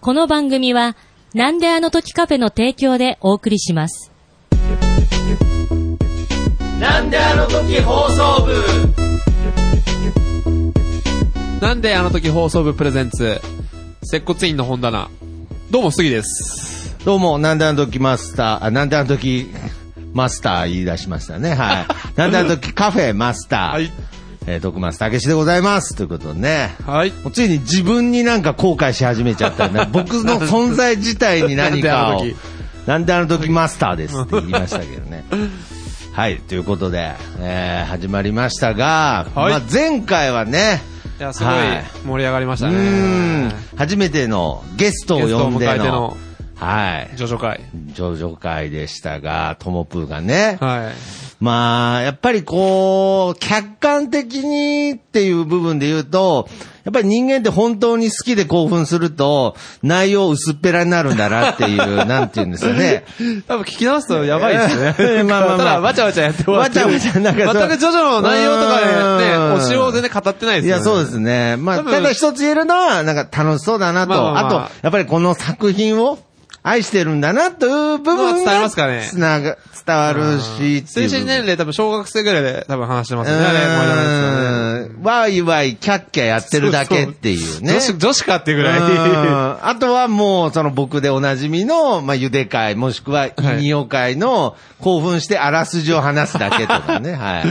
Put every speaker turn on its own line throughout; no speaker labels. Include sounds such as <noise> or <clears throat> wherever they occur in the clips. この番組は、なんであの時カフェの提供でお送りします。
なんであの時放送部
なんであの時放送部プレゼンツ、接骨院の本棚。どうも、杉です。
どうも、なんであの時マスター、あ、なんであの時マスター言い出しました
<laughs>
ね。はい。なんであの時カフェマスター。
はい。
えー、徳松たけしでございます。ということでね。
はい。
もうついに自分になんか後悔し始めちゃった
<laughs>
ね。僕の存在自体に何かを
なんであの時。
なんであの時マスターですって言いましたけど
<laughs>
ね。はい、ということで、えー、始まりましたが、
はい
まあ、前回はね、
いや、すごい
はい
盛り上がりました
う
ね。
ーん、初めてのゲストを
ゲスト
呼
を
ん
迎え
で
て
の
の、
はい、
ジョジョ会。
上場会でしたが、ともぷーがね、
はい。
まあ、やっぱりこう、客観的にっていう部分で言うと、やっぱり人間って本当に好きで興奮すると、内容薄っぺらになるんだなって
<laughs>
いう、なんて言うんですよね。
多分聞き直すとやばいです
<laughs> え
ね。
ーまあまあまあ
ただ、わちゃわちゃやって終わって
わちゃわちゃなんかそう
全くジョジョの内容とかね、ね、
うん
推しを全然語ってないです
い
よね。
や、そうですね。まあ、
多分
ただ一つ言えるのは、なんか楽しそうだなと。
まあまあまあ
あと、やっぱりこの作品を愛してるんだなという部
まあ
分が。
伝わりますかね
つなが、伝わるしってい
精
う部分。
神年齢多分小学生ぐらいで多分話してますよね。あれ盛り上がりですよね
うーん。わいわい、キャッキャやってるだけっていうね。
女子、女子かっていうぐらい。
うんあとはもう、その僕でおなじみの、まあ、ゆで会、もしくは、いにお会の、興奮してあらすじを話すだけと
<laughs>
かね、はい。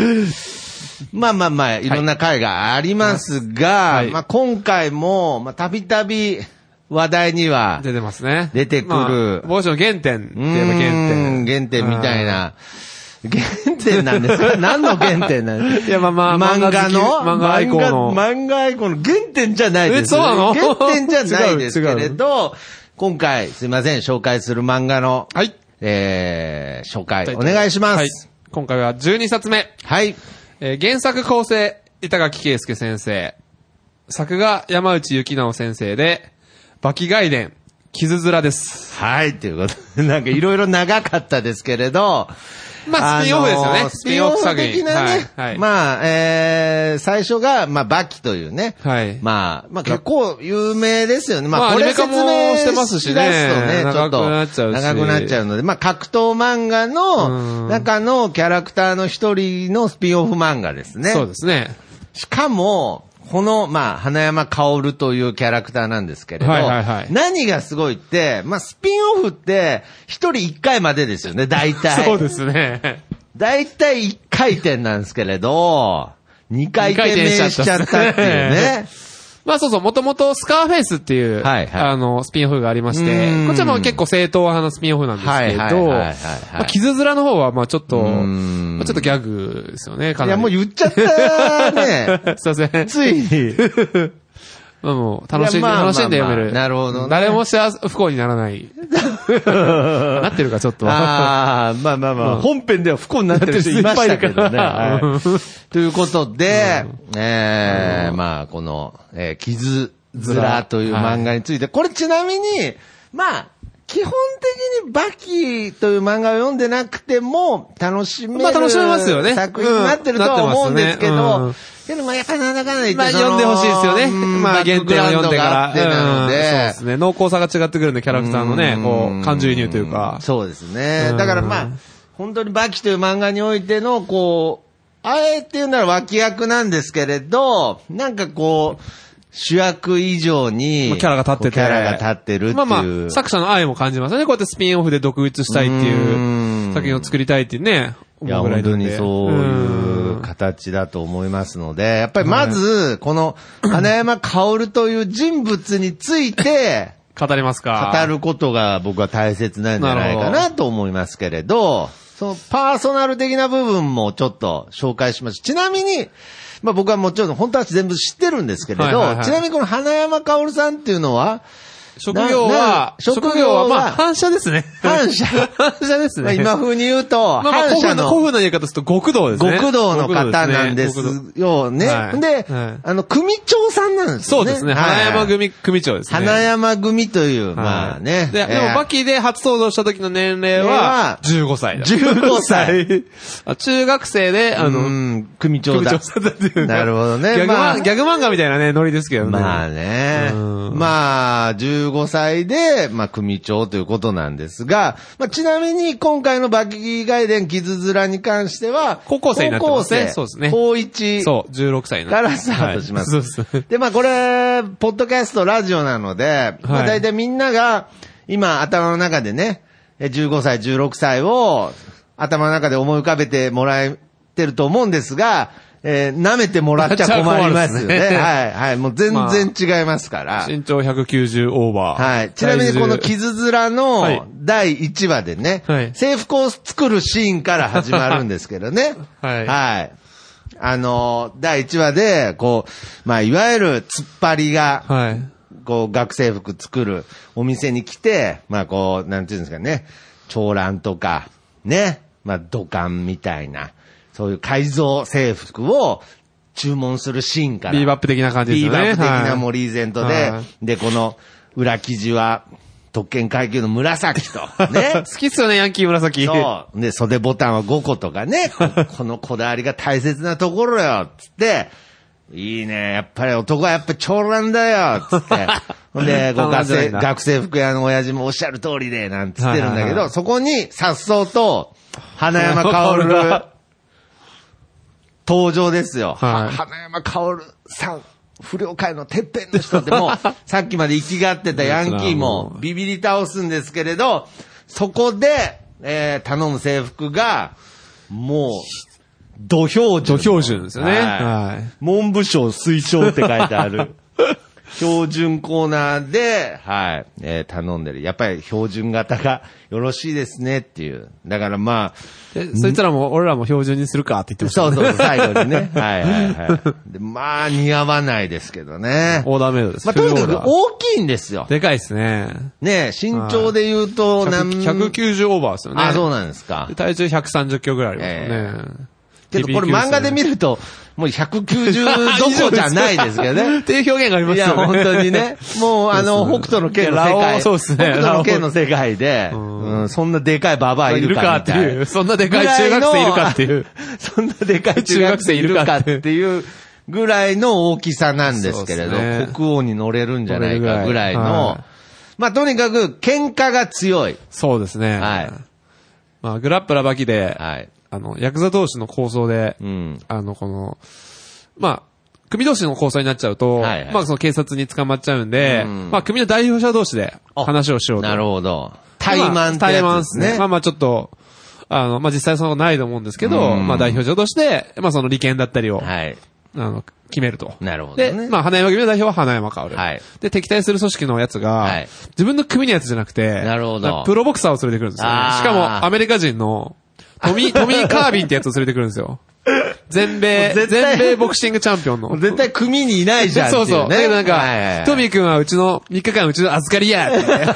まあまあまあ、いろんな会がありますが、
はい
まあ今回も、まあたびたび話題には、
出てますね。
出てくる
まあ帽子の原点って
う
言えば原
ー
点。
ん原点みたいな。原点なんです <laughs> か何の原点なんですか
いやまあまあ
漫画の
漫画愛好の
漫画漫画アイコンの原点じゃないです。
えそうなの
原点じゃないですけ
違
れ
う違
ど、今回、すいません、紹介する漫画の、
うん。はい。
えー、紹介、お願いします。。
今回は12冊目。
はい。
えー原作構成、板垣圭介先生。作画、山内幸直先生で、バキガイデン、傷面です。
はい、ということで、なんかいろいろ長かったですけれど、
まあ、スピンオフですよ
あの
ね。
ースピンオフ
作品
的なね。
はい。はい
まあ、えー、最初が、まあ、バキというね。
はい
まあ、まあ結構有名ですよね。ま
ま
あ、
あ
これ
アニメ
説
化
明
もしてますしね
出すとね、ちょっと。
長くなっちゃうし
長くなっちゃうので、まあ、格闘漫画
う
の
ん
中のキャラクターの一人のスピンオフ漫画ですね。
そうですね。
しかも、この、まあ、花山薫というキャラクターなんですけれど、
はいはいはい
何がすごいって、まあ、スピンオフって、一人一回までですよね、大
<laughs>
体。
そうですね。
大体一回転なんですけれど、二回転目しちゃったっていうね。
まあそうそう、もともとスカーフェイスっていう、
はいはい
あの、スピンオフがありまし
うん
て、こちらも結構正統派のスピンオフなんですけ
はいはい
ど、
はいはいはい
まあ傷面の方は、まあちょっと、
ん
まあちょっとギャグですよね、か
い
な
や、
り。
もう言っちゃった
<laughs>
ね。
すいません。
ついに。
まあもう、楽し
い
ん
や
で、
まあ
楽しんで読める。
まあまあなるほどね
誰も幸せ、不幸にならない。 <laughs> なってるか、ちょっと。
ああ、 <laughs> まあまあまあ、
うん
本編では不幸になってる人いましたけど
いっぱいいる
ね。
から
はいということで、えーまあ、この、えー、傷面という漫画について、これちなみに、まあ、基本的にバキという漫画を読んでなくても楽しめる、
まあ楽しめますよね
作品になってるとは思うんですけど、
うんなってます
けどまあやっぱりなんだかんだ言って
まあ、
その
読んでほしいですよね。
うん
まあ、
バッ
原点を
クグラウン
読ん
ド
で
があ
か
ってな
ら。
の
うんそう
で、
ですね。濃厚さが違ってくるんで、キャラクターのね、こう、感情移入というか。
そうですね
う。ん
だからまあ、本当にバキという漫画においての、こう、あえて言うなら脇役なんですけれど、なんかこう、主役以上に
まあ、キャラが立ってて。
キャラが立ってるっていう。
まあまあ、作者の愛も感じますよね。こうやってスピンオフで独立したいって
う
い
ん
う、作品を作りたいっていうね。
いや、
思ぐら
本
いな
当
んで
にそういうん形だと思いますので、やっぱりまず、
<clears throat>
この、花山薫という人物について、
語りますか。
語ることが僕は大切なんじゃないかなと思いますけれど、そのパーソナル的な部分もちょっと紹介します。ちなみに、まあ僕はもちろん本当は全部知ってるんですけれど、
はいはいはい
ちなみにこの花山薫さんっていう
<laughs>
のは、
職業は
なな、職
職
業
業
は
は、まあ、反射ですね。
反射
反射です
まあ
ね。
今風に言うと、
<laughs> まあまあ、
反
古
社
風の、古
の
風な言い方すると極道ですね。
極道の方なんです
極道
よね。
はい
で、
はい
あの、組長さんなんです
そ
よ
う
ね。
ですね。
はい
花山。組、組長ですね。
花山組という、
はい、
まあね。
で、で
え
も、
ー
バキで初登場した時の年齢は、15歳だ。
15歳
<laughs> あ中学生で、あ
う
の、
ん、組長
組
だ
長。さんだっていうね。
なるほどね
ギャグ
まあ
漫ギャグ漫画みたいなね、ノリですけどね。
まあね。
うん
まあ、15 15歳で、まあ、組長ということなんですが、まあ、ちなみに今回のバキ外伝傷面に関しては、
高校生になってますね
高校生
そうですね
高1。
そう、16歳な
か
んで
らスタートします。
はいそうそう
で、まあこれ、ポッドキャスト、ラジオなので、まあ大体みんなが、今頭の中でね、え15歳、16歳を頭の中で思い浮かべてもらえてると思うんですが、えー舐めてもらっちゃ困りますよね。
めっちゃ困るっすね
はい、はい。もう全然違いますから。
身長190オーバー。
はい。ちなみにこの
体重
傷面
はい
の第1話でね、
はい。
制服を作るシーンから始まるんですけどね
<laughs> はい
あのー、第1話で、こう、まあ、いわゆる突っ張りが、
はい。
こう、学生服作るお店に来て、まあ、こう、なんていうんですかね、長蘭とか、ね、まあ、土管みたいな、そういう改造制服を注文するシーンから。
ビーバップ的な感じですよね。
ビーバップ的
は
ないもうリーゼントで、
はい。
で、この裏生地は特権階級の紫と、ね
<laughs>
<laughs>
好きっすよね、ヤンキー紫。
そう。で、袖ボタンは5個とかね。 <laughs> ここのこだわりが大切なところよ、つって。いいね。やっぱり男はやっぱ長男だよ、つ
<laughs>
って。ほんで、こう
長男
学
じゃない
生、
な
学生服屋の親父もおっしゃる通りで、なんつってるんだ
は
け
いはいは
ど、そこに、さっそうと、花山薫
花 <laughs> 山
が、登場ですよ。
はい
は花山薫さん、不良界のてっぺんの人って
<laughs>
もう、さっきまで生きがってたヤンキーもビビり倒すんですけれど、そこで、えー頼む制服が、もう、土俵
土標
準。
準ですよね。
は
はい。
文部省推奨って書いてあ
<laughs>
る。標準コーナーで、はい、えー頼んでる。やっぱり標準型がよろしいですねっていう。だからまあ、
で、そいつらも、俺らも標準にするかって言ってました
そ
ね。
うそう、最後にね。
<laughs>
はいはいはい。でまあ、似合わないですけどね。
オーダーメイドです。
まあ、とにか
フル
く
オーダー
大きいんですよ。
でかいですね。
ね身長で言うと何、
190オーバーですよね。
あ、そうなんですか
で。体重130キロぐらいありますよね。
けどこれ漫画で見
る
ると、
<laughs>
もう190どころじゃないですけどね
っ。 <laughs> ていう表現がありま
い
すよね。
や、本当
<laughs>
にね。もう、あの、
そう
北
です
斗
い
の剣の世
やラオウ
界。
そうですね
北斗の剣の世界で、
ん
うん、そんなでかいババアい
い
る
る
か
か
み
って
たい
い
な
う。。そんなでかい中学生いるかっていう。
<laughs> そんなでかい中学生いるかっていうぐらいの大きさなんですけれど、
そうですね
国王に乗れるんじゃないかぐら
乗れるぐら
いの、
いはい
まあとにかく喧嘩が強い。
そうですね。
はい。
まあ、グラップラバキで、
はい。
あの、ヤクザ同士の構想で、
うん。
あの、この、まあ、組同士の構想になっちゃうと、
はいはい
まあ、その警察に捕まっちゃうんで、
うん
まあ、組の代表者同士で
あ
話をしようと。
なるほど。怠
まあ
慢って
怠慢
や
で
つ
す
です
ね。
ね。
まあまあちょっと、あの、まあ実際そのないと思うんですけど、
うん
まあ代表者として、まあその利権だったりを、
はい。
あの、決めると。
なるほど
で、
ね。
まあ花山組の代表は花山薫。
はい
で、敵対する組織のやつが、
はい
自分の組のやつじゃなくて、
なるほど
だからプロボクサーを連れてくるんですよね、
あー
しかもアメリカ人の、ト
<laughs>
ミー、トミー・カービンってやつを連れてくるんですよ。全米
もう、絶対
全米ボクシングチャンピオンの。
絶対組にいないじゃんってい、
そうう
ね。
そう。だけどなん
はいはいは
か、
い
トミー君はうちの、3日間うちの預かりやって
<laughs> なるほ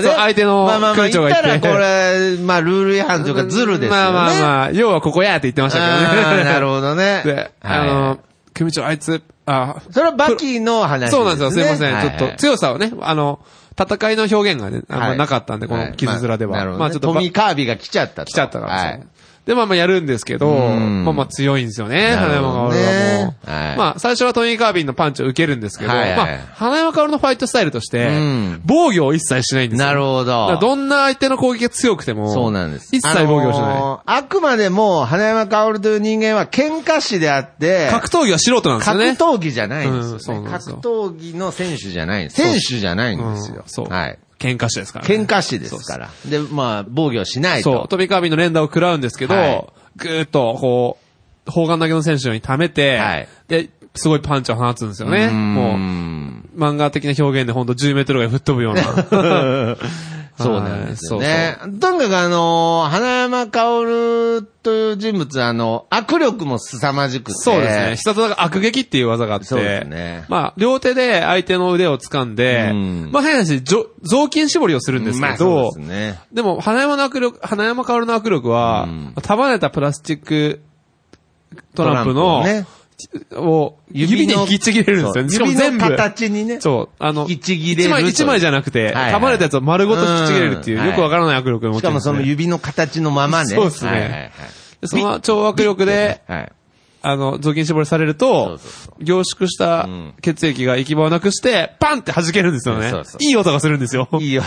どね
そう。相手の
まあまあまあ、
空調
言
が
っ
言
た
って
らこれ、まあルール違反というかズルですよ
<laughs> ま
ね。
あまあ
あ。
まあ、要はここやって言ってましたけどね。。
なるほどね
<laughs> で、あ
はい
の、組長あいつ、あ、
それはバキの話です、ね。
そうなんですよ、すいません。ちょっと、
い。
強さをね、あの、戦いの表現がね、あん
は
ま
い
なかったんで、こ
は
の
い
傷面で
ま
は。
あなる
ま
ほど
あ
ね
ちょっと
ト
ば、
ミー
来
カービーが来ちゃったと。
ちゃったから
は
で
い
すね。で、まあまあやるんですけど、
うん
まあまあ強いんですよね、
な
花
るほ
山
ど
薫はも
ね
う。
はい
まあ最初はトニー・カービンのパンチを受けるんですけど、
はいはい
まあ花山薫のファイトスタイルとし
う
て
ん、
防御を一切しないんですよ。
なるほ
だ
ど。
からどんな相手の攻撃が強くても、
そうなんです。
一切防御をし
あ
ない。
のーあくまでも、花山薫という人間は喧嘩師であって、
格闘技は素人なんですよ
格
ね。
闘技じゃないん
うん
です
そ
よ、
う
ね
なんです
格
よ
闘技の選手じゃないんです。選手じゃないんです
う
よ
ん。そう。
はい。
喧嘩師ですからね、
喧嘩師ですから。で、まあ、防御しない
そう。そう。
と。
飛びビの連打を食らうんですけど、
はい
ぐーっと、こう、砲丸投げの選手のように溜めて、
はい
で、すごいパンチを放つんですよね。
うーん
もう、漫画的な表現でほんと10メートルぐらい吹っ飛ぶような。
<laughs> そうなんですよ
はい
ね。とにかくあのー、花山薫という人物は、あの、握力も凄まじくて。
そうですね。必殺技が悪撃っていう技があって。
そうですね
まあ、両手で相手の腕を掴んで、
うん
まあ、変な話、ぞ雑巾絞りをするんです
ま
け
あそう
ど、
ですね。
でも、花山の握力、花山薫の握力は、
うん
束ねたプラスチックトランプの、
トランプをね
を指で
の
引きちぎれるんですよね。し
そ
か
う
も全
指の
部。
形にね。
そう。あの、
引きちぎれる
一枚、
という
一枚じゃなくて、
はいはい
束ねたやつを丸ごと引きちぎれるっていうう、
ん
よくわからない握力を持
し
って
か
るん
も
です
そ
ね
の指の形のままね。
そうですね
はいはいはい
でその超握力で、
はい。
あの、雑巾絞りされると、
そうそ
凝縮した血液が行き場をなくして、パンって弾けるんですよね
そうそう。
いい音がするんですよ。
いいよ。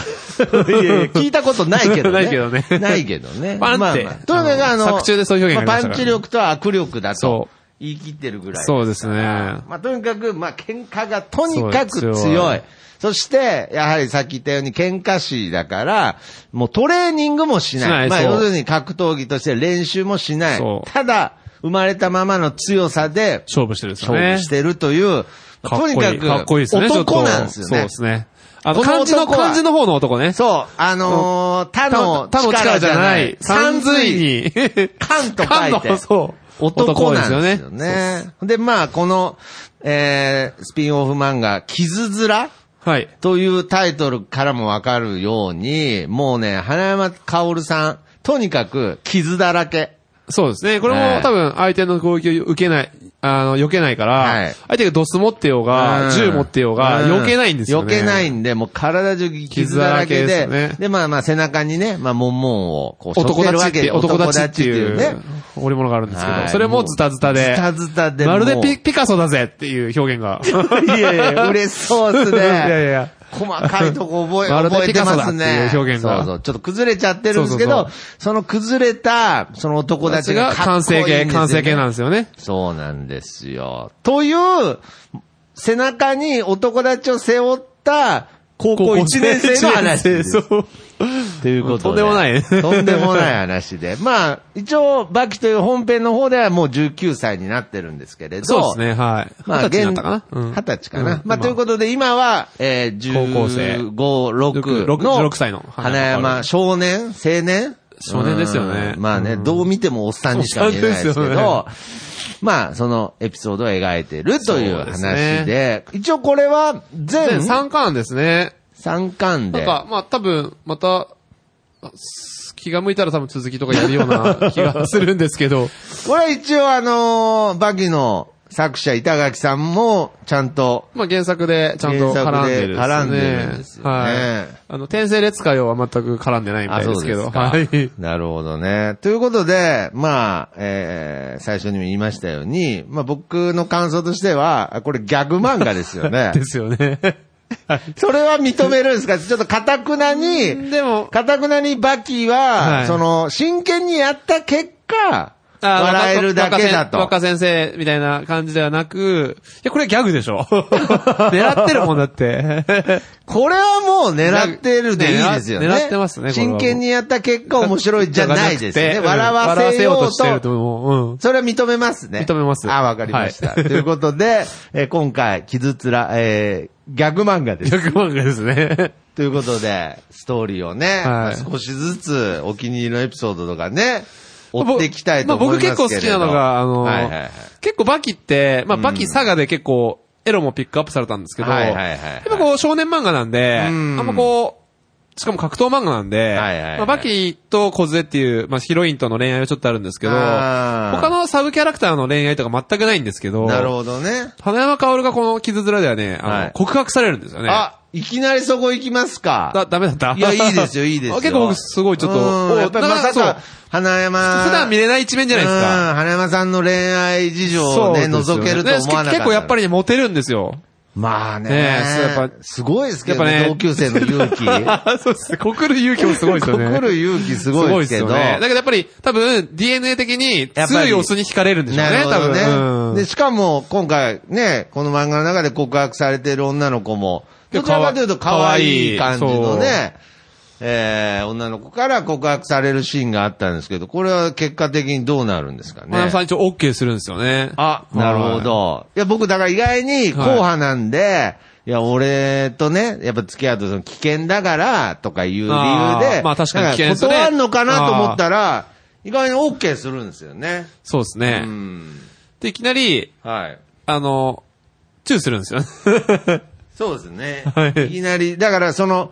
いやいや、聞いたことない
<laughs>
けどね。
ないけどね
ないけどね。
<laughs> パンって
とにかくあの、
あの作中でそういう表現が
ま
あ
あ
り
パ
ま
ン
した
チ
から
力と握力だと
そ
言い切ってるぐらい。
そうですね。
まあ、とにかく、まあ、喧嘩がとにかく
そう
強い。
強い
そして、やはりさっき言ったように喧嘩師だから、もうトレーニングもしない。
しない
まあ、
そう
要するに格闘技として練習もしない
そ。う
ただ、生まれたままの強さで
勝負してるんですよ
勝
ね。
負してるとい
か
う、
っ
と
こい
に
い。
かく、
かっこいいですね、ちょっと
男なんですよ
そう
ね
で。すね。あの、
この
漢字の、
男は
漢字の方の男ね。
そう、あのー、他の
他の
力
力
じ
じ
ゃ
ゃ
な
ないい。。三
三髄
髄
に。
に。
<laughs> 関と書いて
関のそう。
男なん
男
で
で
す
す
よ
よ
ね
ね。
で、まあ、この、えー、スピンオフ漫画、傷面
はい。
というタイトルからもわかるように、もうね、花山薫さん、とにかく傷だらけ。
そうですね。これ
ね
も多分相手の攻撃を受けない、あの、避けないから、
はい
相手がドス持ってようが、
うん
銃持ってようが、
う
避けないんですよね。
避けない
ん
んで、もう体中傷だらけ
傷だらけです
で、
よね
で、まあまあ背中にね、まあ、もんもんを、こう、
男
背
立
負る
ち
わ
っ
け
て、男立ちってい
男
う、
立ちっていうね。
織物があるんですけど、
はい
それもズタズタで。
ズタズタで
まるで
もう
ピピカソだぜっていう表現が。
<laughs> いやいや、嬉しそうです
<laughs>
ね。
いやいや
細かいとこ覚
<laughs>
え、
まるで
覚えてます
ピカソだ
ね
っ。ていう表現が
そうそう。ちょっと崩れちゃってるんですけ
そ
ど、
う
そ
そう
の崩れた、その男たちが
が
か
完
っこい
成
いんですよ、
形、
ね。
完成形なんですよね。
そうなんですよ。という、背中に男たちを背負った、高校1年生の話です。
そう。
ということで。
とんでもないね
とんでもない話で。まあ、一応、バキという本編の方ではもう19歳になってるんですけれど。
そうですね、はい。
まあ、
二十歳になったかな
現
うん
二十歳かな。
うん
まあ、ということで、今は、えー、
高校生
15、6の、
六16歳の
花山、少年青年
少年ですよね
うんまあね、
うん
どう見てもおっさんにしか見えないですけ
おっさんです
ど
よ、
まあ、そのエピソードを描いてるという
そうで
話
すね
で、一応これは全
で、三巻ですね。
3巻
な
で
ん、か、まあ、多分、また、あす気が向いたら多分続きとかやるよう
<laughs>
な気がするんですけど、
これは一応あのーバギの作者板垣さんもちゃんと、
まあ、原作でちゃんと絡んでるですね。
原作で絡んでるんですよね
はい。あの、転生列会は全く絡んでないみたいですけど、
あ
は
そうです
い。
か。なるほどね。ということで、まあ、えー、最初にも言いましたように、まあ僕の感想としては、あこれギャグ漫画ですよね
<laughs> ですよね。
それは認めるんですかちょっとかたくなに、
でも、
かたくなにバキは、
はい
その、真剣にやった結果、
あ
笑えるだけだと。
若先生みたいな感じではなく、いや、これギャグで
<laughs>
しょ。狙ってるもんだって。
これはもう狙ってるでいいですよね。
狙ってますねこれはも
真
う
剣にやった結果面白いじゃないですよね。
じゃ <laughs> な
笑
くて
わせよ
うん笑わせよう
う
としてる
と
と思う。うん。
それは認めますね。
認めます
あ、わかりました。
はい
ということで、えー今回、傷つら、えーギャグ漫画です。
逆漫画ですね。
ということで、ストーリーをね、まあ少しずつお気に入りのエピソードとかね、追っていきたいと思いますけれど、
まあ僕結構好きなのが、あの、
はいはいはい。
結構バキって、まあ
うん
バキサガで結構、エロもピックアップされたんですけど、
はいはいはいはい
やっぱこう少年漫画なんで、あ
うん
んまこう、しかも格闘漫画なんで、
はいはいはい
まあ、バキと小杖っていう、まあ、ヒロインとの恋愛はちょっとあるんですけど、
あー
他のサブキャラクターの恋愛とか全くないんですけど、
なるほどね。
花山薫がこの傷面ではね、あの
はい
告白されるんですよね。
あ、いきなりそこ行きますか。
だ、ダメだった
いや、いいですよ、いいですよ。
<laughs> あ結構僕すごいちょっと、
う
お
んやっぱり
な
ま
ん
さ
そう
か、花山。
普段見れない一面じゃないですか。
うん花山さんの恋愛事情をね、
そうですよ
覗けると思わなかった。
で結構やっぱ。りね、モテるんですよ。
まあね。
ねえそうやっぱ
すごいですけどね、
やっぱね
同級生の勇気。
そうですね。告る勇気 <laughs> もすごいですよね。
来る勇気すごいですけど。
すごね。だけどやっぱり、多分、DNA 的に
やっぱり
強いオスに惹かれるんでしょう
なる
ね、
ほ
多
どね、
分。うん
で、しかも、今回ね、この漫画の中で告白されてる女の子も、どちらかというと
かわ
可愛い感じの
かわ
ね、えー、女の子から告白されるシーンがあったんですけど、これは結果的にどうなるんですかね。
花山さん一応 OK するんですよね。 <laughs>
あ、
はい
なるほ。ど。いや、僕、だから意外に、硬派なんで、い、や、俺とね、やっぱ付き合うとその危険だから、とかいう理由で
あ、ーまあ確かに危険
な
で
ん
すね
断るのかなと思ったら、意外に OK するんですよね。
そうです
う
ね。
ん。
で、いきなり、
はい。
あの、チューするんですよね。
<laughs> そうですね。
はい
い、きなり、だからその、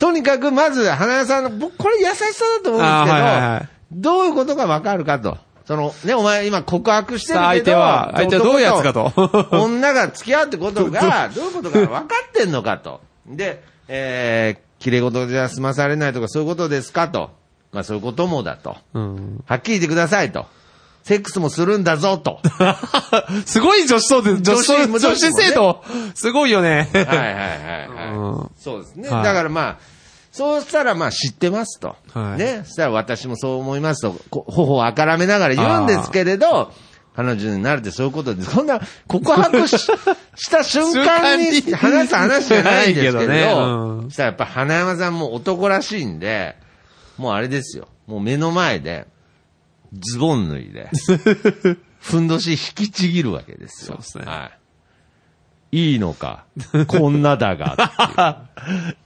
とにかくまず、花江さんの、僕、これ優しさだと思うんですけど、
あーはいはいはい
どういうことがわかるかと。その、ね、お前今告白してるけど、
相手は相手はどういうやつかと
男 <laughs> 女が付き合うってことが、どういうことが分かってんのかと。で、えー、綺麗事じゃ済まされないとかそういうことですかと。まあそういうこともだと。
うん。
はっきり言ってくださいと。セックスもするんだ
<laughs>
ぞ、と。
すごい女子層で、女子層、
女
女
子女
子
子もね
生徒、すごいよね。
はいはいはいは
うん
い。そうですね。
はい
だからまあ、そうしたらまあ知ってますと。
はい
ね。そしたら私もそう思いますと、こ頬をあからめながら言うんですけれど、彼女になるってそういうことです。そんな告白しした瞬間に
瞬間に
話す話じゃないんですけれど、
<laughs> ないけどねうん
そしたらやっぱ花山さんも男らしいんで、もうあれですよ。もう目の前で、ズボン脱
<laughs>
いで、ふんどし引きちぎるわけです
そ
よ。
うですね
はい。いいのか、こんなだが。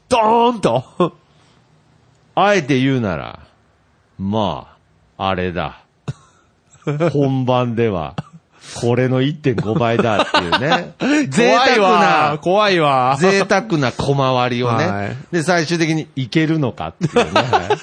ドーンと。
あえて言うなら、まあ、あ
<laughs>
れだ。本番では、これの1.5倍だっていうね。
<laughs>
贅
怖い
沢
わ
な、
怖いわ。
贅沢な小回り
<laughs>
を
は
ね
い。
で、最終的にいけるのかっていうね。
<laughs>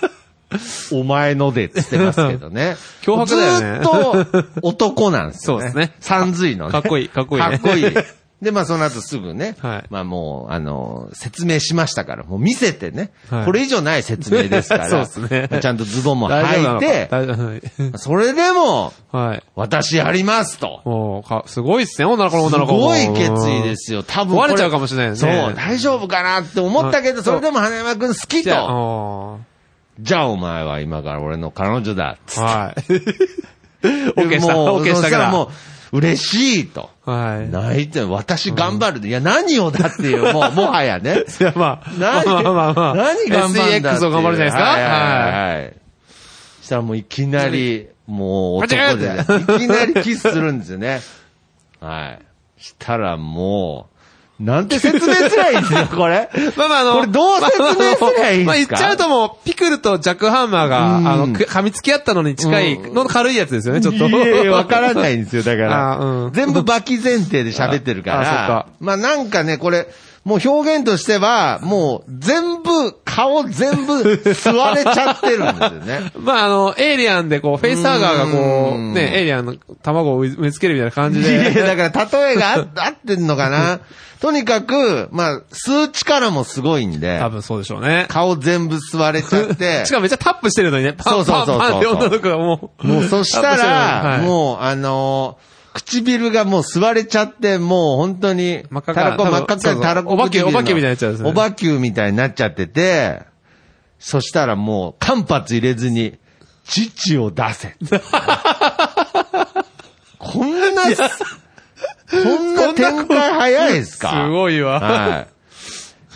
お前のでって言ってますけどね。
脅迫だよ
ずーっと男なんですよ、ね。
<laughs> そうですね
さんずいのね。
かっこいいかっこいいね
かっこいい。で、 <laughs> まあその後すぐね。
はい
まあもう、あの、説明しましたから、もう見せてね。
はい
これ以上ない説明ですか
<laughs>
ら。
そうですね
まあちゃんとズボンも
大丈
履い
夫なの
て
か、大丈夫はい
それでも、
はい。
私やりますと。
もう、か、すごいっすね、女の子の
す
女の子
ごい決意ですよ。多分こ。
壊れちゃうかもしれないよね
そう、大丈夫かなって思ったけど、
はい
それでも花山くん好き
じゃあ、
と。
お
<laughs> じゃあお前は今から俺の彼女だ。
ーはい。オッケーした。
もう
オッケーしたか
そ
ら。
もう、嬉しいと。
はい。い
泣いて、私頑張る。いや、何をだっていう、もう、もはやね。
や、 <laughs> まあ、
何、
まあまあまあ。
何頑張るんだっていう
SEX を頑張るじゃないですか。
はいはい
は
はいはい。したらもういきなり、もう
間
男
違
で、
え
いきなりキスするんですよね。はい。したらもう、なんて説明すりゃいいんですよ、これ。
い。 <laughs> まあまあ、あの、
これどう説明すりゃいいんですか
まあ言っちゃうともう、ピクルとジャックハンマーが、
うん
あの、く噛みつき合ったのに近い、の軽いやつですよね、ちょっと。
いやいやわからないんですよ、だか
あーう
ら。
ん
全部バキ前提で喋ってるか
あー
ら
あーそっか。
まあなんかね、これ、もう表現としては、もう全部、顔全部吸われちゃってるんですよね。
まあ、あの、エイリアンでこう、フェイスハーガーがこ
う
う、
ん
ね、エイリアンの卵を植え付けるみたいな感じ
いやいや
で。
だから例えがあ合ってんのかな。とにかく、まあ、吸う力もすごいんで
多、分そうでしょうね。
顔全部吸われち
<laughs>
ゃって
し、かもめっちゃタップしてるのにね、パン
そうそ
パ
う
ン
そうそう
パンって女の子がもう。
もうそした
タッ
ら、
プしてるのにはい
もう、あのー唇がもう吸われちゃって、もう本当に、
真っ赤っか
たらこ、
多分
真っ赤っか
そう
に
そう
たらこ
お化け
唇の
お化けみたいになっちゃうんですね
お化けみたいになっちゃってて、そしたらもう、間髪入れずに、父を出
<laughs>
せ。こんな、こんな展開早いですか
すごいわ。
はい。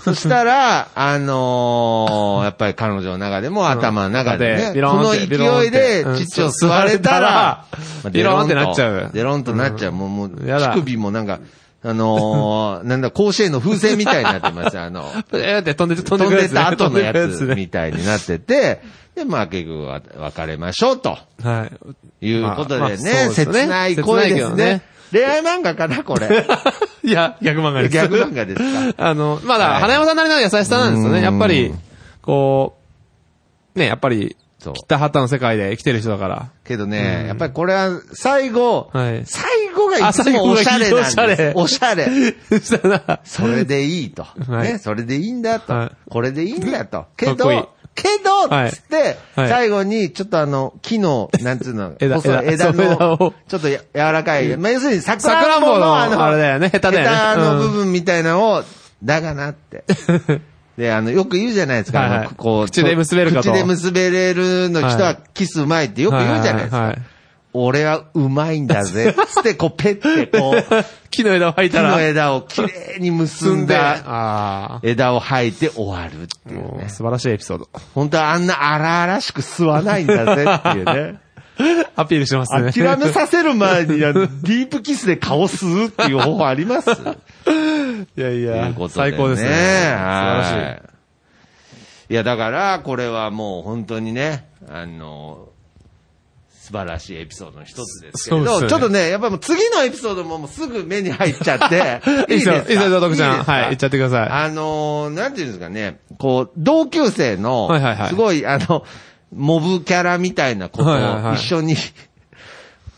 そしたら、あのーやっぱり彼女の中でも頭の中でね、
ビ
こ
ロン
の
ってビロンっ
勢い
て
で
うん
父を吸われたら、
吸われたらビロンってなっちゃう
デロンとなっちゃう。もう、もう、
やだ
乳首もなんか、あの
<laughs>
ーなんだ、甲子園の風船みたいになってます。あの、
えーって <laughs> 飛んで飛ん
飛
で
ん
くる
で
やつ、
た後のやつ
飛んでくるや
みたいになってて、で、まあ結局わ別れましょうと。
つね <laughs> はい。
いうこと
まあま
で
あ
ね、
そうですね
切ない声で
切
すね。
ないけどね
恋愛漫画かな、これ。
<laughs> いや、逆漫画です。
逆漫画ですか。
あの、ま
は
だ、
い
花山さんなりの優しさなんですよ
う
ね。
ん
やっぱり、こう、ね、やっぱり、
そう
北畑の世界で生きてる人だから。
けどね、やっぱりこれは最後、
はい
最後がいつもお
あ
しゃ
最
れ
後
な
が
んです。おしゃれ。
お <laughs> したら、
それでいいと。
<laughs> はい
ね、それでいいんだと、
はい
これでいいんだと。け
かっこいい
ど、けど、
はい
つって、
はい
最後にちょっとあの、木の、なんつうの、
枝
細い
枝
枝の、
枝を
ちょっとや柔らかい、まあ、要するに桜
桜
ん
ん
ぼ
ぼ
の
の、
あの、
あれだよね、下手だよね。
ヘタの
う
部
ん
分みたいなのを、だがな
<laughs>
って。で、あの、よく言うじゃないですか、
はいはい
あのこう、
口で結べるかと
口で結べれるの人
は
はいキスうまいってよく言うじゃないですか。
ははは
俺はうまいん
<laughs>
だぜ。つって、こう、ペッて、こう、
木の枝を吐い
木
たら、
の枝をきれいに結
積
ん
んで、
だ
あ
枝を吐いて終わるって
あ、
い
も
う
う
ね。
素晴らしいエピソード。
本当はあんな荒々しく吸わないんだぜっていうね。
アピールして <laughs> ますね。
諦めさせる前に、あのディープキスで顔吸うっていう方法あります
<laughs> いやい
とい
や
うこ、とでね
最高ですね。素晴らしい。
い。いや、だから、これはもう本当にね、あの、素晴らしいエピソードの一つですけれ
そう
ど、
ですよね
ちょっとね、やっぱもう次のエピソードももうすぐ目に入っちゃ
<laughs>
って、い
い
い
いですす
でか
よ、いいですよ、徳ちゃん。
ですか
はい、行っちゃってください。
あのーなんていうんですかね、こう、同級生の
はいはいは、い
すごい、あの、モブキャラみたいなこと
はいはいは
を
い
一緒に、 <laughs>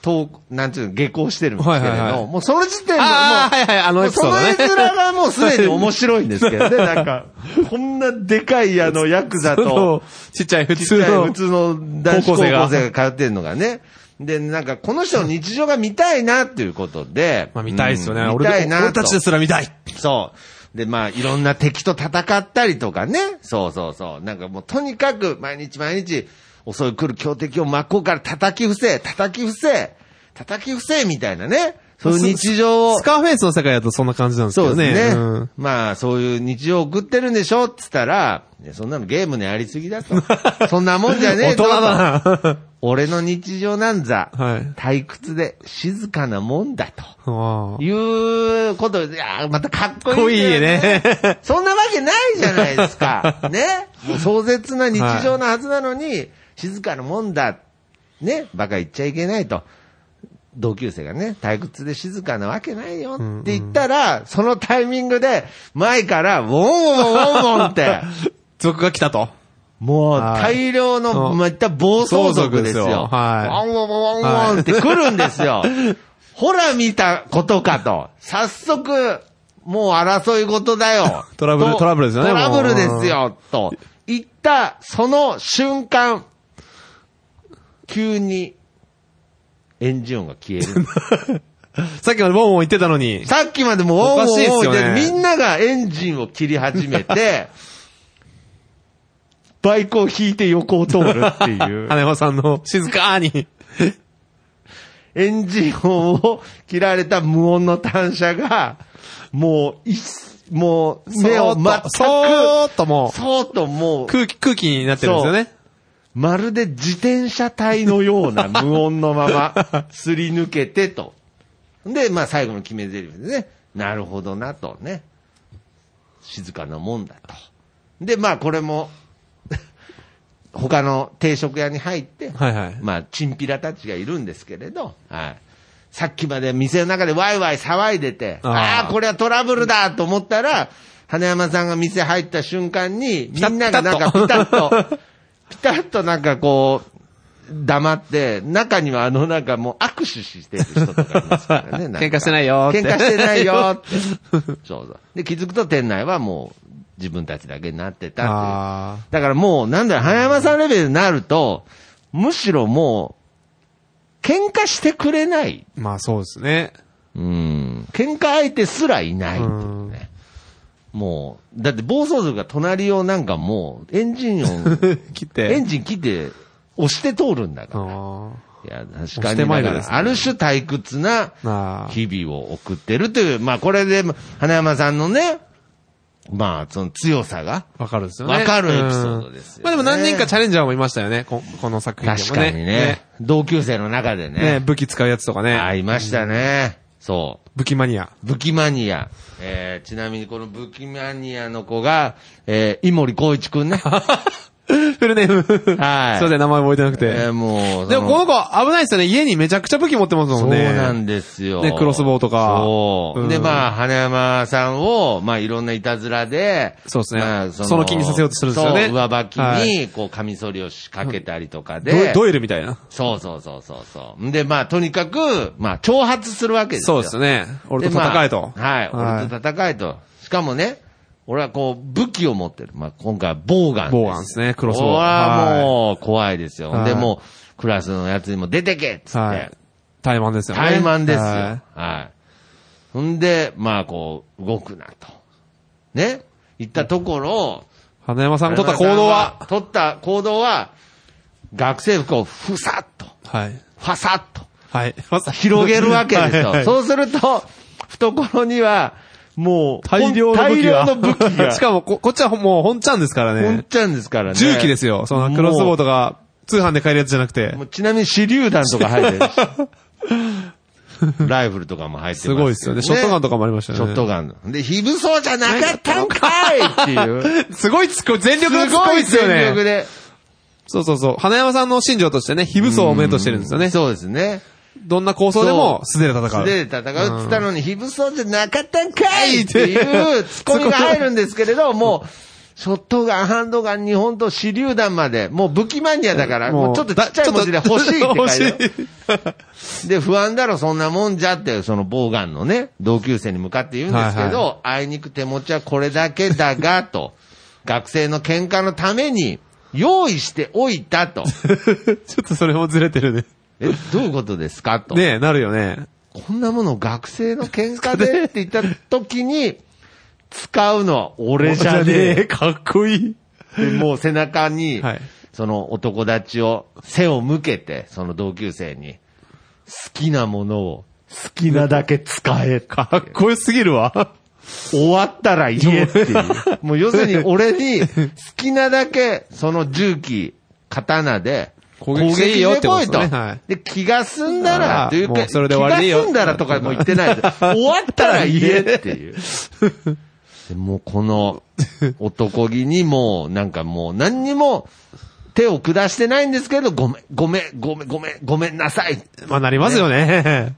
と、なんていうの、下校してるんですけれど、
はいはいはい
もうその時点でもう、
あーはいはいあの
もう
エピソードね
その絵面がもうすでに面白いんですけ
<laughs>
どね、なんか、こんなでかいあの、ヤクザと、
<laughs> ちっちゃい普
ちっち
通
ゃい
の。
普通の男子高
高校生が
校生が通ってるのがね、で、なんか、この人の日常が見たいなっていうことで。
まあ見たいっすよね。
うん見
俺
たいなと
俺たちですら見たい。
そう。で、まあ、いろんな敵と戦ったりとかね。そうそうそう。なんかもう、とにかく、毎日毎日、襲い来る強敵を真っ向から叩き伏せ、叩き伏せ、叩き伏せ、みたいなね。そういう日常を
ス。カーフェイスの世界だとそんな感じなんですけ
そ
ど
う
ね。
ですね。
うん
まあ、そういう日常を送ってるんでしょっつったら、いやそんなのゲームにありすぎだ
<laughs>
と。そんなもんじゃね
大
え <laughs> ぞ。
人だな。
俺の日常なんざ、
はい
退屈で静かなもんだと。
わあ
いうことで、いや、またかっこ
かっこい
いい
い
んだよ、
ね。
<laughs> そんなわけないじゃないですか。ね。もう壮絶な日常のはずなのに、静かなもんだ。ね。バカ言っちゃいけないと。同級生がね、退屈で静かなわけないよって言ったら、そのタイミングで、前から、ウォンウォンウォンウォンって、
族が来たと。
もう
はい
大量の、
うん
まあ、いった暴走族ですよ。
暴走族ですよはい
ウォンウォンウォンウォンって来るんですよ。ほら見たことかと。早速、もう争い事だよ。
トラブル
と
トラブルですよね
トラブルで
もう
すよ、と。言った、その瞬間、急に、エンジン音が消える。
<laughs> さっきまでボンボン言ってたのに。
さっきまでもウォンウォンウォン
おかしいっすよね
でみんながエンジンを切り始めて、バイクを引いて横を通るっていう。
羽山さんの静かに。
エンジン音を切られた無音の単車が、もう、いっもう、目を全く、
そーっともう、
そうともう、
空気、空気になってるんですよね。
まるで自転車体のような無音のまま、すり抜けてと。で、まあ最後の決め台詞でね、なるほどなとね。静かなもんだと。で、まあこれも、 <laughs> 他の定食屋に入って、
はいはい
まあ、チンピラたちがいるんですけれど、はい。さっきまで店の中でワイワイ騒いでて、
あー
ああー、これはトラブルだと思ったら、花山さんが店入った瞬間に、みんながなんかピタッと、 <laughs> ピタッとなんかこう、黙って、中にはあのなんかもう握手してる人とかいますから
<laughs>
ね。んか
喧嘩してないよーって
喧嘩してないよーって。そうそう。で、気づくと店内はもう自分たちだけになってたっていう。
あ
だからもう、なんだろう、花山さんレベルになると、むしろもう、喧嘩してくれない。
ー。まあそうですね。 <laughs>
うん。喧嘩相手すらいないっていうね。もう、だって暴走族が隣をなんかもう、エンジ
<laughs>
ンを、
切っ
エン
て。
ジン切って、押して通るんだ
あ
から。
ー
いや、
押
確か
し
に、
てまいる
だから
ですね
ある種退屈な
あー。
日々を送ってるという、まあこれで、花山さんのね、まあ、その強さが、
わかるですよね。
わかるエピソードですよね
うんまあでも何人かチャレンジャーもいましたよね。ここの作品で
確
も
か
ね。
にね、同級生の中で
ね。ね武器使うやつとかね。
ありましたね。そ
武器マ
<laughs>
ニア。
う。武器マニア。えー、ちなみにこの武器マニアの子が、えー、井森光一くんね。
フルネーム。
はい
すいません、名前 <laughs> 覚えてなくて。
えー、もう。
でもこの
そ
子危ないですよね。家にめちゃくちゃ武器持ってますも
そ
ん
う
ね。
なんですよ。
ねクロスボウとか
そう。
うん
で、まあ、花山さんを、まあ、いろんないたずらで、
そうですね
まあ
その気にさせようとするんですよね
そう、上履き
は
に、こう、カミソリを仕掛けたりとか
ド
で。
ドイルみたいな。
そうそうそうそうそう。んで、まあ、とにかく、まあ、挑発するわけです
そ
よ。
うですね。俺と戦えと。
でまあはい、俺と戦えと。しかもね、俺はこう、武器を持ってる。まあ、今回はボウガンです。
ボウガンですねクロスボウ
これはもう、怖いですよ。
はい
で、もう、クラスのやつにも出てけっつって、
はい。怠慢ですよね。
怠慢ですよ。は。
はい
ほんで、まあ、こう、動くなと。ね言ったところ、
い花山さんが取った行動は、
取った行動は、学生服をふさっと、
はい。
ファサッと。
はい。
<laughs> 広げるわけですよ。
はい
そうすると、懐には、もう、
大量の武器が。
大量の武器 <laughs>
<laughs>
が。
しかもこ、こっちはほもう本ちゃんですから
も、本
ね。
ちゃんですからね。
銃器ですよ。そのクロスボウ
と
とか、通販で買えるやつじゃなくて
も。うちなみに手榴弾とか入ってる <laughs> しライフルとかも入ってます
すごいですよね。ショットガンとかもありました
ショ
よ
ッ
ね。
トガン。で、非武装じゃなかったんかい <laughs> っていう。
すごいつく、全
す
力の突っ
ご
込み
い
ですよ
全力
ね。
で。
そうそうそう。花山さんの信条としてね、非武装を目としてるんですよね。
そうですね。
どんな構想でも素手で戦う。
素手で戦うっつったのに、非武装じゃなかったんかいっていうツッコミが入るんですけれど、もう、ショットガン、ハンドガン、日本刀、手榴弾まで、もう武器マニアだから、もうちょっとちっちゃい文字で欲しいって書いてある。
る。
で、不安だろ、そんなもんじゃって、そのボウガンのね、同級生に向かって言うんですけど、
は
あいにく手持ちはこれだけだが、と。 <laughs> 学生の喧嘩のために、用意しておいた
<laughs>
と。 <laughs>
ちょっとそれもずれてるね。
え、どういうことですかと。
ねえ、なるよね。
こんなもの学生の喧嘩でって言った時に、使うのは俺じゃねえ。
かっこいい。
でもう背中に、
はい
その男たちを、背を向けて、その同級生に、好きなものを好きなだけ使えって
かっこよすぎるわ。 <laughs>
終わったら言えっていう。 <laughs> もう要するに俺に好きなだけその銃器、刀で
攻
攻
撃し
撃
ていいよって
して
こと
こ
で
い
す
と
ねはい。
で、気が済んだ
あー
ら、という
も
か、
うそれで終わりでいい
気
よ
が済んだらとかもう言ってないで。 <laughs> 終わったら言えっていう。 <laughs> でもうこの男気にもうなんかもう何にも手を下してないんですけど、ごめん、ごめん、ごめん、ごめん、ごめんなさい。
まあ、なりますよね。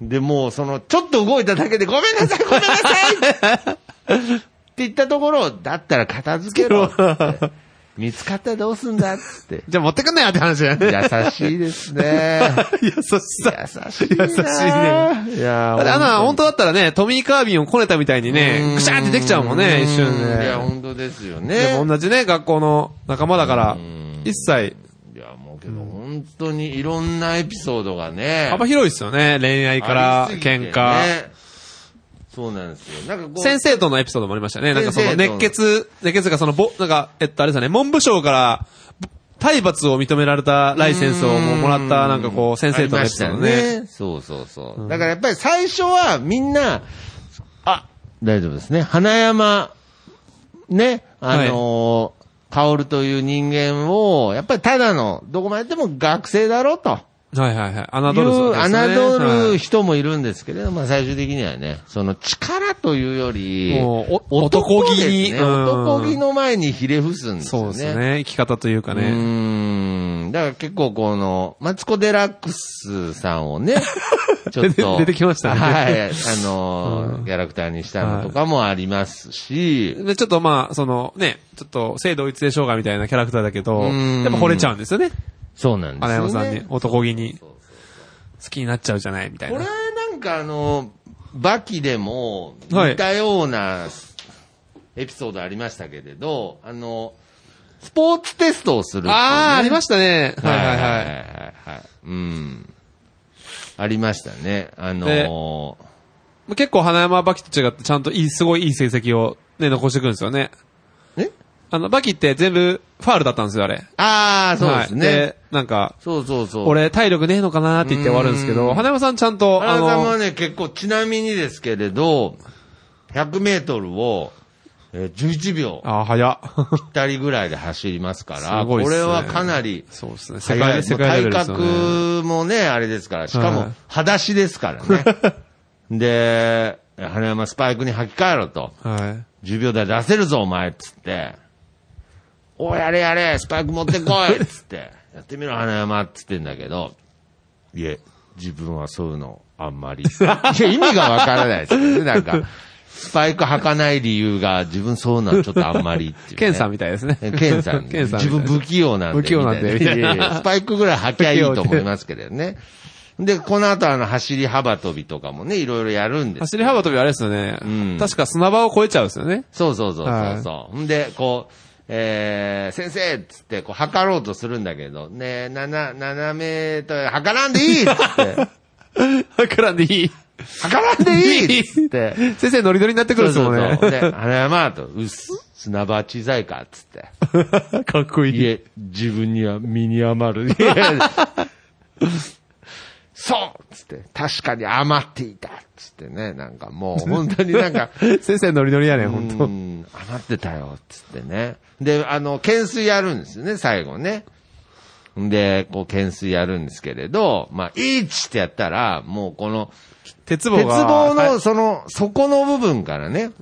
で、もうその、ちょっと動いただけで、ごめんなさい、ごめんなさいって言ったところ、だったら片付けろっつ <laughs> って。見つかったらどうすんだっつって。
じゃあ持ってくんなよって話だよね。
優しいですね。
<laughs> 優しさ。
<laughs> 優しいな。
優しいね。
いや
あの、本当だったらね、トミー・カービンをこねたみたいにね、くしゃーってできちゃうもんね、一瞬
いや、
で。
本当です
で
よ
も
ね。
同じね、学校の仲間だから、一切
いや、もうけど、本当にいろんなエピソードがね。
幅広いですよね。恋愛から、
ありすぎて
喧
ね
嘩。。
そうなんですよ。なんかこう。
先生とのエピソードもありましたね。なんかその
先生
熱
と
血、熱血がその、ぼ、なんか、えっと、あれですよね、文部省から、体罰を認められたライセンスをももらった、なんかこう、先生とのエピソード
ありまし
ね。
たね。そうそうそう。だからやっぱり最初はみんな、あ、大丈夫ですね。花山、ね、あのー薫という人間を、やっぱりただの、どこまででも学生だろうと。
はいはいはい。
い
侮るそう
う、
ですね。
侮る人もいるんですけれど、まあ最終的にはね、その力というより、
もうお男気に
ですね
うん
男気の前にひれ伏すんです
そう
よ
で
ね。
すね。生き方というか
う
ね。
ーん。だから結構この、マツコ・デラックスさんを
<laughs>
ね、ちょっと。
出てきましたね
はい。あのーキャラクターにしたのとかもありますし、
で、ちょっとまあ、そのね、ちょっと性同一性障害みたいなキャラクターだけど、やっ
ん
ぱ惚れちゃうんですよね。
そうなんです
花
よ
山
ね。
さんに、男気に。好きになっちゃうじゃない、みたい
これ
な。
なんかあの、バキでも
はい
似たようなエピソードありましたけれど、あの、スポーツテストをする、
ああ、ありましたね。はいはいはい。
はいはい。うん。ありましたね。あ
で
のー
まあ結構花山バキと違ってちゃんといい、すごいいい成績をね、残してくるんですよね。
え
あの、バキって全部ファールだったんですよ、あれ。
ああ、そうですね。
はいで、なんか、
そうそうそう。、
俺体力ねえのかなって言って終わるんですけど、花山さんちゃんと、あ
原さんは
の、
ね、結構、ちなみにですけれど、100メートルを、えー11秒、
ああ、早っ。
ぴったりぐらいで走りますか
す
ら、
ごいっ
こ
すね
れはかなり、
<laughs> そうですね。世
早
界、
い
世
もう
界レベル
体
ですよね。
格もね、あれですから、しか
はい
も、裸足ですからね。
<laughs>
で、花山スパイクに履き替えろと。
はい。
10秒台出せるぞ、お前っつって。おい、やれやれ、スパイク持ってこ
<laughs>
いっつって。やってみろ、花山っつってんだけど。いえ、自分はそういうの、あ
<laughs>
んまり。いや、意味がわからないですよね、なんか。スパイク履かない理由が、自分そういうのはちょっとあんまりっていう、ね。
ケンさんみたいですね。
ケンさん。
<laughs> ケンさんみ
自
たい
分不器用なんで。
不器用なんで
みたい
みたいない
やいやスパイクぐらい履きゃいいと思いますけどね。で、この後あの、走り幅跳びとかもね、いろいろやるんで
走
す
り幅跳びあれですよね。
ん
確か砂場を越えちゃうんですよね。
そうそうそうそうそう。んで、こう、えー、先生っつって、こう、測ろうとするんだけど、ねえ、7、7メートル、測らんでいいっつ
<laughs>
って、
<laughs> だからでいい。
測らんでいいっつって。
<laughs> 先生ノリノリになってくるんですも
そ
ん
う
ね。
そう。で、花山と、うっす、砂場小さいかっつっ
<laughs>
て。
かっこい
い
い。
え、自分には身に余る。 <laughs> いやそうっつって、確かに余っていたっつってね、なんかもう本当になんか、
先生ノリノリやね、本
う
当
ん、余ってたよ、つってね。で、あの、懸垂やるんですよね、最後ね。んで、こう、懸垂やるんですけれど、まあ、1ってやったら、もうこの、
鉄棒
鉄
が。
棒
はい
の、その、底の部分からね、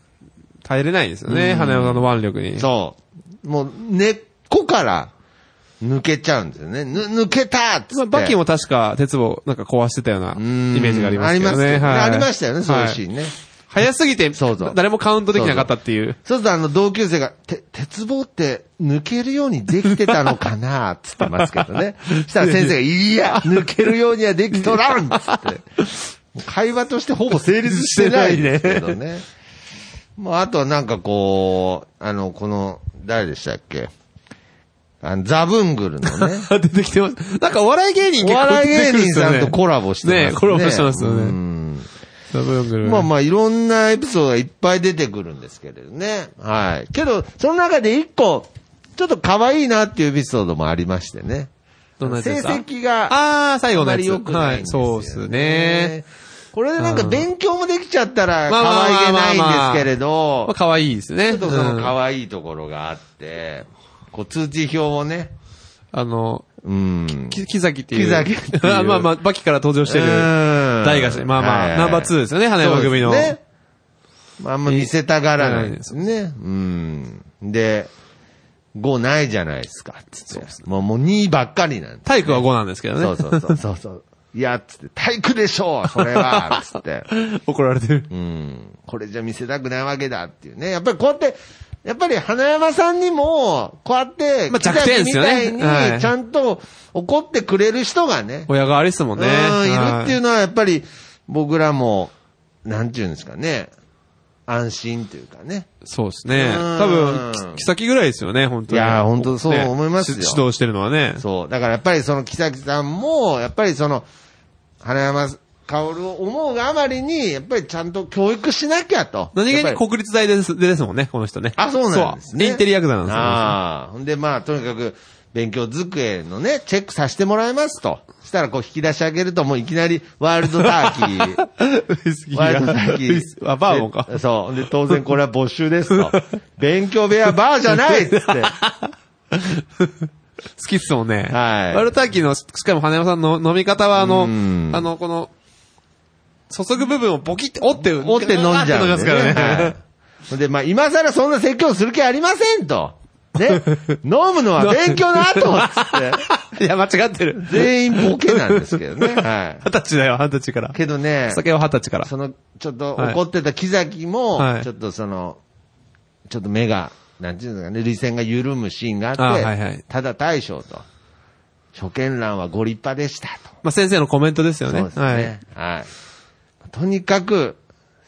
耐えれないんですよね、花山さんの腕力に。
そう、もう、根っこから、抜けちゃうんですよね。ぬ、抜けたっつっ
まあ、
て。
バキも確か鉄棒なんか壊してたようなイメージがありますけどね。
うんありますけどね
はい
ありましたよね、そういうシ
は
ーンね。
早すぎて、
そうそう
誰もカウントできなかったっていう。
そうするとあの同級生が、て、鉄棒って抜けるようにできてたのかな
<laughs>
っつってますけどね。したら先生が、いや、抜けるようにはできとらんっつって。会話としてほぼ成立してないですけど
<laughs>
ね。まあ、あとはなんかこう、あの、この、誰でしたっけあのザブングルのね。
出てきてます。 <laughs> なんかお笑い芸人
お
結構
笑い
出て
芸
くるんで
人
すよ
さ
ね。
んとコラボしてます
ねコラボしてますよね
うん
ラブヨングル
まあまあ、いろんなエピソードがいっぱい出てくるんですけれどね。はい。けど、その中で一個、ちょっと可愛いなっていうエピソードもありましてね。
どんなやつですか
成績が、
ああ、最後
あ
の
んま
や
り
つ。
良くないん
はい、
ですよ、
そうですね。。
これでなんか勉強もできちゃったら
まあま
可
あま
愛
あ
げ
まあ
ないんですけれど
まあ、、可愛いですね。
ちょっとその
うん
可愛いところがあって、こう通知表をね、
あの、
うん。
キキザキっていう。
キザキっていう
あまあまあ、バキから登場してる。大
大
河まあまあナンバーツーですよね花山組の
ね。まあ、あんま見せたがらないです
見
ね。うん。で、5ないじゃないですか、つって。もうもう2ばっかりなんで
体育は5なんですけどね。
そ
<laughs>
うそうそうそうそう。いや、つって、体育でしょうそれはつって。
怒られてる。
うん。これじゃ見せたくないわけだっていうね。やっぱりこうやって、やっぱり花山さんにも、こうやって、
まあ弱点ですよね
木崎みたい
は
に、
い
ちゃんと怒ってくれる人がね、
親があれですもんね。
うん、いるっていう
う。
のはやっぱり僕らも、なんていうんですかね、安心というかね。
そうですね。
うん
多分、キキサキぐらいですよね、本当に。
いやー本当そう思いますよ
ねし指導してるのはね。
そう。だからやっぱりその木崎さんも、やっぱりその、花山薫を思うがあまりに、やっぱりちゃんと教育しなきゃと。
何気
やっぱ
に
り
国立大です、でですもんね、この人ね。
あ、そうなんですね。
そうインテリヤクザなんですよ
ああ。ほんで、まあ、とにかく、勉強机のね、チェックさせてもらいますと。したら、こう、引き出し上げると、もういきなり、ワールドターキー。
ウイスキー
ワイルド
が。
ターキ
ウイス
ー。
あ、バーボンか。
でそう。で、当然これは没収です
<laughs>
と。勉強部屋バーじゃないっつって。
好きっすもんね。
はい
ワルターキーの、しかも花山さんの飲み方は、あの、あ
うん
の、この、注ぐ部分をボキって折って、
折って飲んじゃ
ガーッて飲
うんで、
みますからね。
はいで、まあ、今更そんな説教する気ありませんと。ね。飲むのは勉強の後っつって。
<laughs> いや、間違ってる。
全員ボケなんですけど
<laughs>
ね。は
二十歳だよ、二十歳から
い。。けどね、
酒は二十歳から。
その、ちょっと
はい
怒ってた木崎も、
はい
ちょっとその、ちょっと目が、なんていうんですかね、涙腺が緩むシーンがあって、
あはいはい
ただ大将と、初見欄はご立派でしたと。
まあ、先生のコメントですよね。
そうですね。はい。とにかく、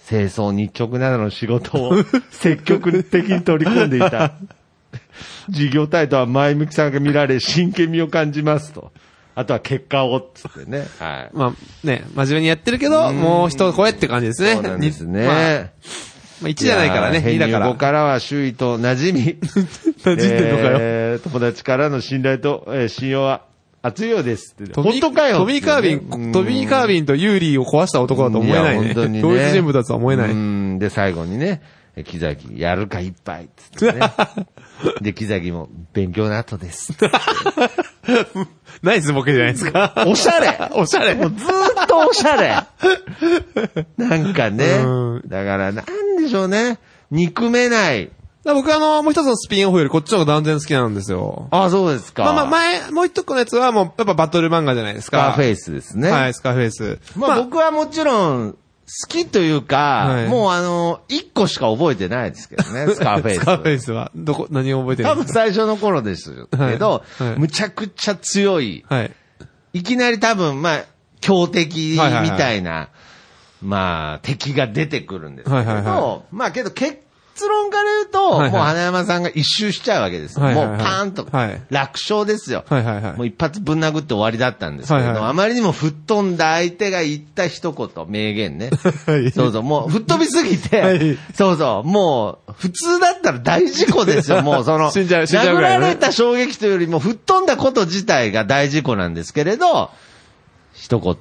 清掃日直などの仕
<laughs>
事を積極的に取り込んでいた。 <laughs> 事業態度は前向きさが見られ、真剣味を感じますと。あとは結果を、つってね。はい。
まあ、ね、真面目にやってるけど、もう一声って感じですね。
そうなんですね。
にまあ、まあ1じゃないからね、
やー
2だから。
編入後からは周囲と馴染み。馴
<laughs> 馴染んでんのかよ
えー、友達からの信頼と、えー信用は熱いようですって。
トミ
本当かよ。
トミー・カービン、トミー・カービンとユーリーを壊した男だと思えない
や
ね。
本当に
<laughs>
ね。
同一人物だとは思えな
う
い。
ん、で、最後にね、え木崎、やるかいっぱいっつ
<laughs>
ってね。で、木崎も、勉強の後です。
ナイスボケじゃないですか。
おしゃれ
<laughs> おしゃれ
もうずーっとおし
<laughs>
ゃれなんかね
う。
だから、なんでしょうね。憎めない。
僕あの、もう一つのスピンオフよりこっちの方が断然好きなんですよ。
あ、そうですか。
まあまあ前、もう一個のやつはもう、やっぱバトル漫画じゃないです
スカ
か。
ーフェ
イ
イスですね。
はい、スカーフェイス。
まあ僕はもちろん、好きというか、
はい
もうあの、一個しか覚えてないですけどね、スカーフェイ
<laughs>
ス。
スカーフェイスは、どこ、何を覚えてる
多
んで
分
す
最初の頃ですけど、
はいはい
むちゃくちゃ強い。
かはい。
いきなり多分、まあ、強敵みたいな、
はいはい
まあ、敵が出てくるんですけど、
はいはいは
まあけど結論から言うと、
はいはい
もう花山さんが一周しちゃうわけですよ。
はいはいはい
もうパーンと
はい、
楽勝ですよ。
はいはいはい
もう一発ぶん殴って終わりだったんですけれど、
はいはい
あまりにも吹っ飛んだ相手が言った一言、名
<laughs>
言ね。
はい
そうそう、もう吹っ飛びすぎて、
はい
そうそう、もう普通だったら大事故です
<laughs>
よ、もうその、
死んじゃう死んじゃうぐらいのね
殴られた衝撃というよりも、吹っ飛んだこと自体が大事故なんですけれど、一言、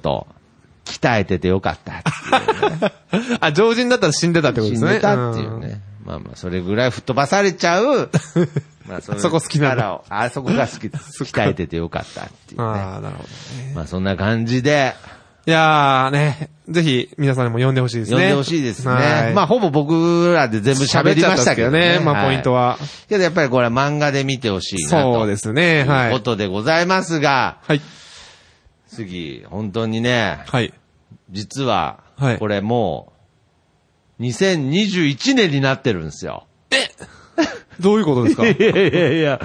鍛えててよかったって
あ、常人だったら死んでたってこと
い
で
う、死
す
ん
ね。
でたっていうね。まあまあ、それぐらい吹っ飛ばされち
<laughs>
ゃう、まあ、そ
そこ好きなんだ
だ。あそこが好きです。鍛えててよかったっていう
うん。
ね。
ああ、なるほどね。
まあ、そんな感じで、
いやーね、ぜひ皆さんにも読んでほしいですね。
読んでほしいです
は
ね。
い
まあ、ほぼ僕らで全部喋りましたけど
喋っちゃったんです
ね。
けどねまあ
い
ポイントは。
けどやっぱりこれは漫画で見てほしいなと。
そうですね、
とい
は
うこ
い。
とでございますが、
はい。
次、本当にね、
はい。
実は
は、い
これもう、2021年になってるんですよ。
どう <laughs> いうことですか
いやいやいや、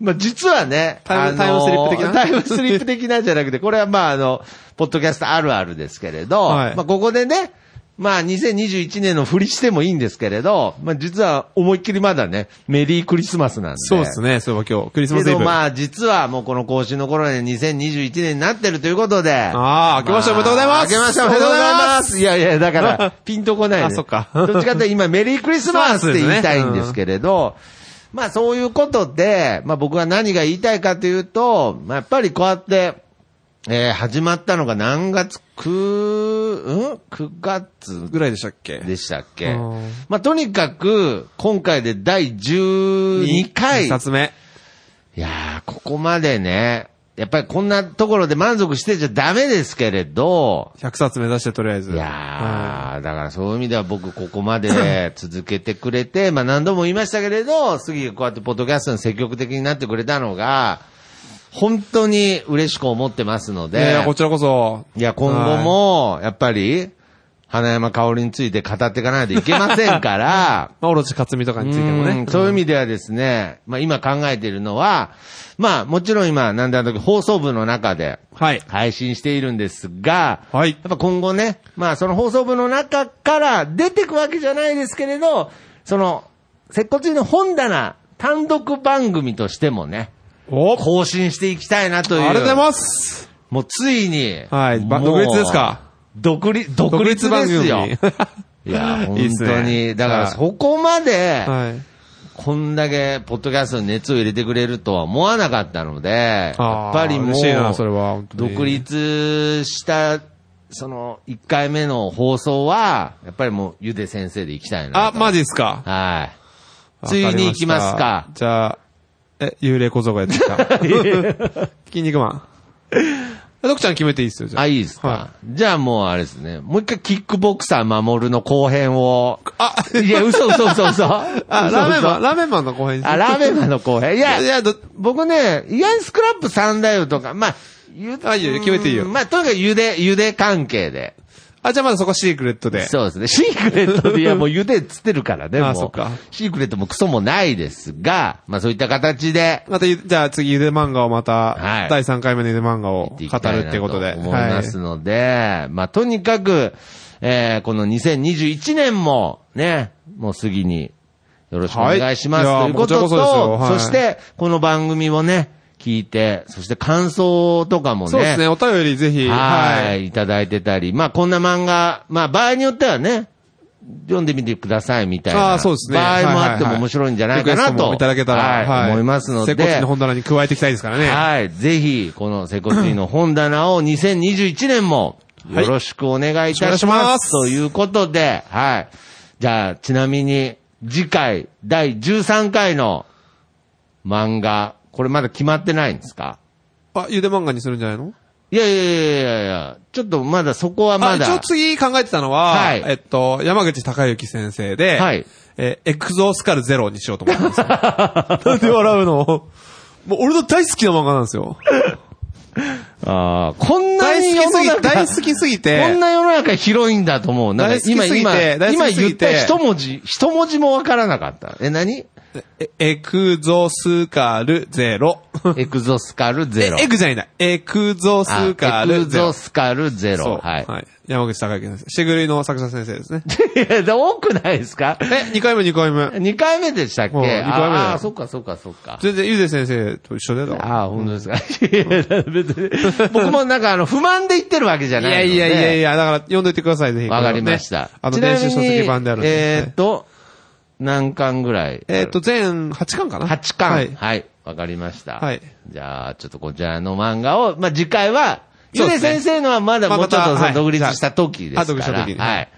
まあ実はね、
タイムタ
あの
イムスリップ的な
タイムスリップ的なんじゃなくて、これはまああの、ポッドキャストあるあるですけれど、
はい
まあここでね、まあ、2021年のふりしてもいいんですけれど、まあ、実は思いっきりまだね、メリークリスマスなんで。
そうですね、そういえば今日、クリスマ
け
スイ
ど
ブ。
まあ、実はもうこの更新の頃で2021年になってるということで。
ああ、明けましておめでとうございます。
明けましておめでとうございます。いやいや、だから、ピンとこない、
<laughs>
ね。
あそっか
<laughs> どっちかというと今、メリークリスマスって言いたいんですけれど、まあそういうことで、まあ僕は何が言いたいかというと、まあやっぱりこうやって、えー始まったのが何月、く、うん ?9 月
ぐらいでしたっけ
でしたっけ
うん
まあとにかく、今回で第12回。
二冊目。
いやー、ここまでね、やっぱりこんなところで満足してちゃダメですけれど、
100冊目指してとりあえず。
いやー、だからそういう意味では僕ここま
<clears throat>
で続けてくれて、まあ何度も言いましたけれど、次こうやってポッドキャストに積極的になってくれたのが、本当に嬉しく思ってます
い
の
やい
で
や、こ、ちらこそ。
いや、今後も、やっぱり、花山香織について語っていかないといけませ
<laughs>
んから、
まあ、オロチ克実とかについても
う
ね
ん。そういう意味ではですね、まあ今考えているのは、まあもちろん今、なんであの時放送部の中で
はい。
配信しているんですが、
はい
やっぱ今後ね、まあその放送部の中から出てくわけじゃないですけれど、その、接骨院の本棚単独番組としてもね、
おあ
更新していきたいなという。
りがとうございます。
もうついに。
はいば
もう
独立ですか
独立、独立ですよ。
独立番
<laughs> いや、
<laughs>
本
いいっす
当
ね
に。だから
はい
そこまで、
組。はい。
こんだけ、ポッドキャストに熱を入れてくれるとは思わなかったので、や
あ
っ
ー
ぱりもう、
嬉しいなそれは本当に
独立した、その、1回目の放送は、やっぱりもう、ゆで先生で行きたいな
あ、
と。
マジですか。
はい。ついに行きますか。
じゃあ、え、幽霊小僧がやってきた。 <laughs> 筋肉マン。徳ちゃん決めていいっすよ、じゃあ。
あ、いいですか。
は
じゃあもうあれですね。もう一回キックボクサー守るの後編を。 <laughs>
あ、
いや、嘘嘘嘘嘘。あ、
<laughs> あ、ラーメンマン、ラーメンマンの後編
あ、ラーメンマンの後編。いや、
いやど
僕ね、意外にスクラップ3だよとか、まあ、ゆ
あいいよ決めていいよ
うんまあ、とにかくゆで、ゆで関係で。
あ、じゃあまだそこシークレットで。
そうですね。シークレットで、いや、もうゆでっつってるからね、
<laughs> あ
もう。
そっか
シークレットもクソもないですが、まあ、そういった形で。
またゆ、じゃあ次ゆで漫画をまた、
はい
第3回目のゆで漫画を
や
語
って
る
いきたいな
ってことで。
思いますので、まあ、とにかく、えー、この2021年も、ね、もう過ぎに、よろしくお願いします、
はい
ということ
いや
と、
こちらこそですよはい
そして、この番組をね、聞いて、そして感想とかもね、
そうですね、お便りぜひ。
は。い、いただいてたり、まあ、こんな漫画、まあ、場合によってはね、読んでみてくださいみたい
あ
な。
あ、そうですね。
場合も
はい
あっても面白いんじゃないか
リクエ
な
ストも
と。
いただけたら、
はい思いますので。
接骨院の本棚に加えていきたいですからね。
はい。ぜひ、このセコスイの本棚を2021年もよろしくお願いいたし
はいお願
ま。
いしますす
ということで、はい。じゃあ、ちなみに、次回、第13回の漫画、これまだ決まってないんですか
あ、ゆで漫画にするんじゃないの
いやいやいやいやいや、ちょっとまだそこはま
あ、
だ。
一応次考えてたのは、
はい
えっと、山口隆之先生で、
はい
えーエクゾースカルゼロにしようと思ってます。 <laughs> なんで笑うのもう俺の大好きな漫画なんですよ。
あーこんな
大
に
好きすぎて、
世の中
大好きすぎて、
こんな世の中広いんだと思う。なんか
大好
今、
きすぎ
今、
て大好
今
きす
言っ
ぎて
た一文字、一文字もわからなかった。え、何
えエクゾスカルゼロ。
エクゾスカルゼロ。
エクじゃないな。エクゾ
あ
スカル
エク
ゼ
ゾ
ロ。
スカルゼ
そう
ロ。はい。 <laughs>
はい。山口隆之先生。シグリの作者先生ですね。 <laughs>
いや、で多くないですか
え、2回目2回
<laughs>
目。
二回目でしたっけ
もう二回目だよ
ああ、そっかそっかそっか。
全然、ゆで先生と一緒だよ。
ああ、本当ですか。 <laughs> いや別に僕もなんかあの、不満で言ってるわけじゃ
い
ない
や
ので。
いやいやいや、だから読んどいてください、ぜひ。
わかりました。
あの、
ちなみ
電子
に
書籍版であるんです
えーっ
ね。
と、何巻ぐらい
えーっと、全8巻かな
8巻。は。
はいい。
わかりました。
はい
じゃあ、ちょっとこちらの漫画を、まあ、次回は、
そ
ゆ
う
で
ですね
先生のはまだ
まあ
もうちょっと
また
そ
は
の
い
独立した時ですから。
あ独立した時に
はい。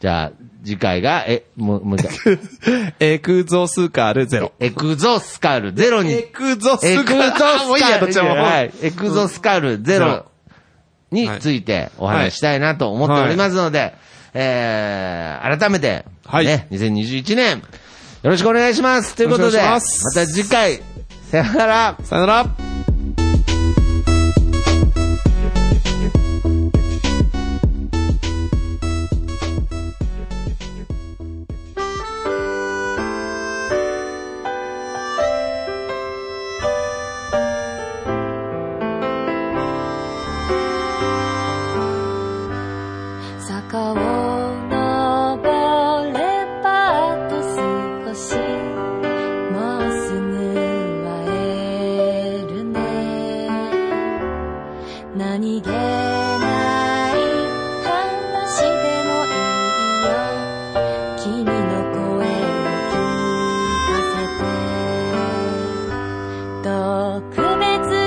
じゃあ、次回が、え、もう、もう
<laughs>
一回。
エクゾスカルゼロ。
エクゾスカルゼロに。
エ
エ
クゾスカル。
クゾスカ
あ
ル。
<laughs> もういいや、どっちも。
はい。エクゾスカルゼロについてお話ししたいなと思っておりますので、えー、改めて、
はい
ね、2021年、よろしくお願いします。ということで、
よ
ま
ろ
た
しくお願いします
次回、さよなら。
さよなら。
坂を登特別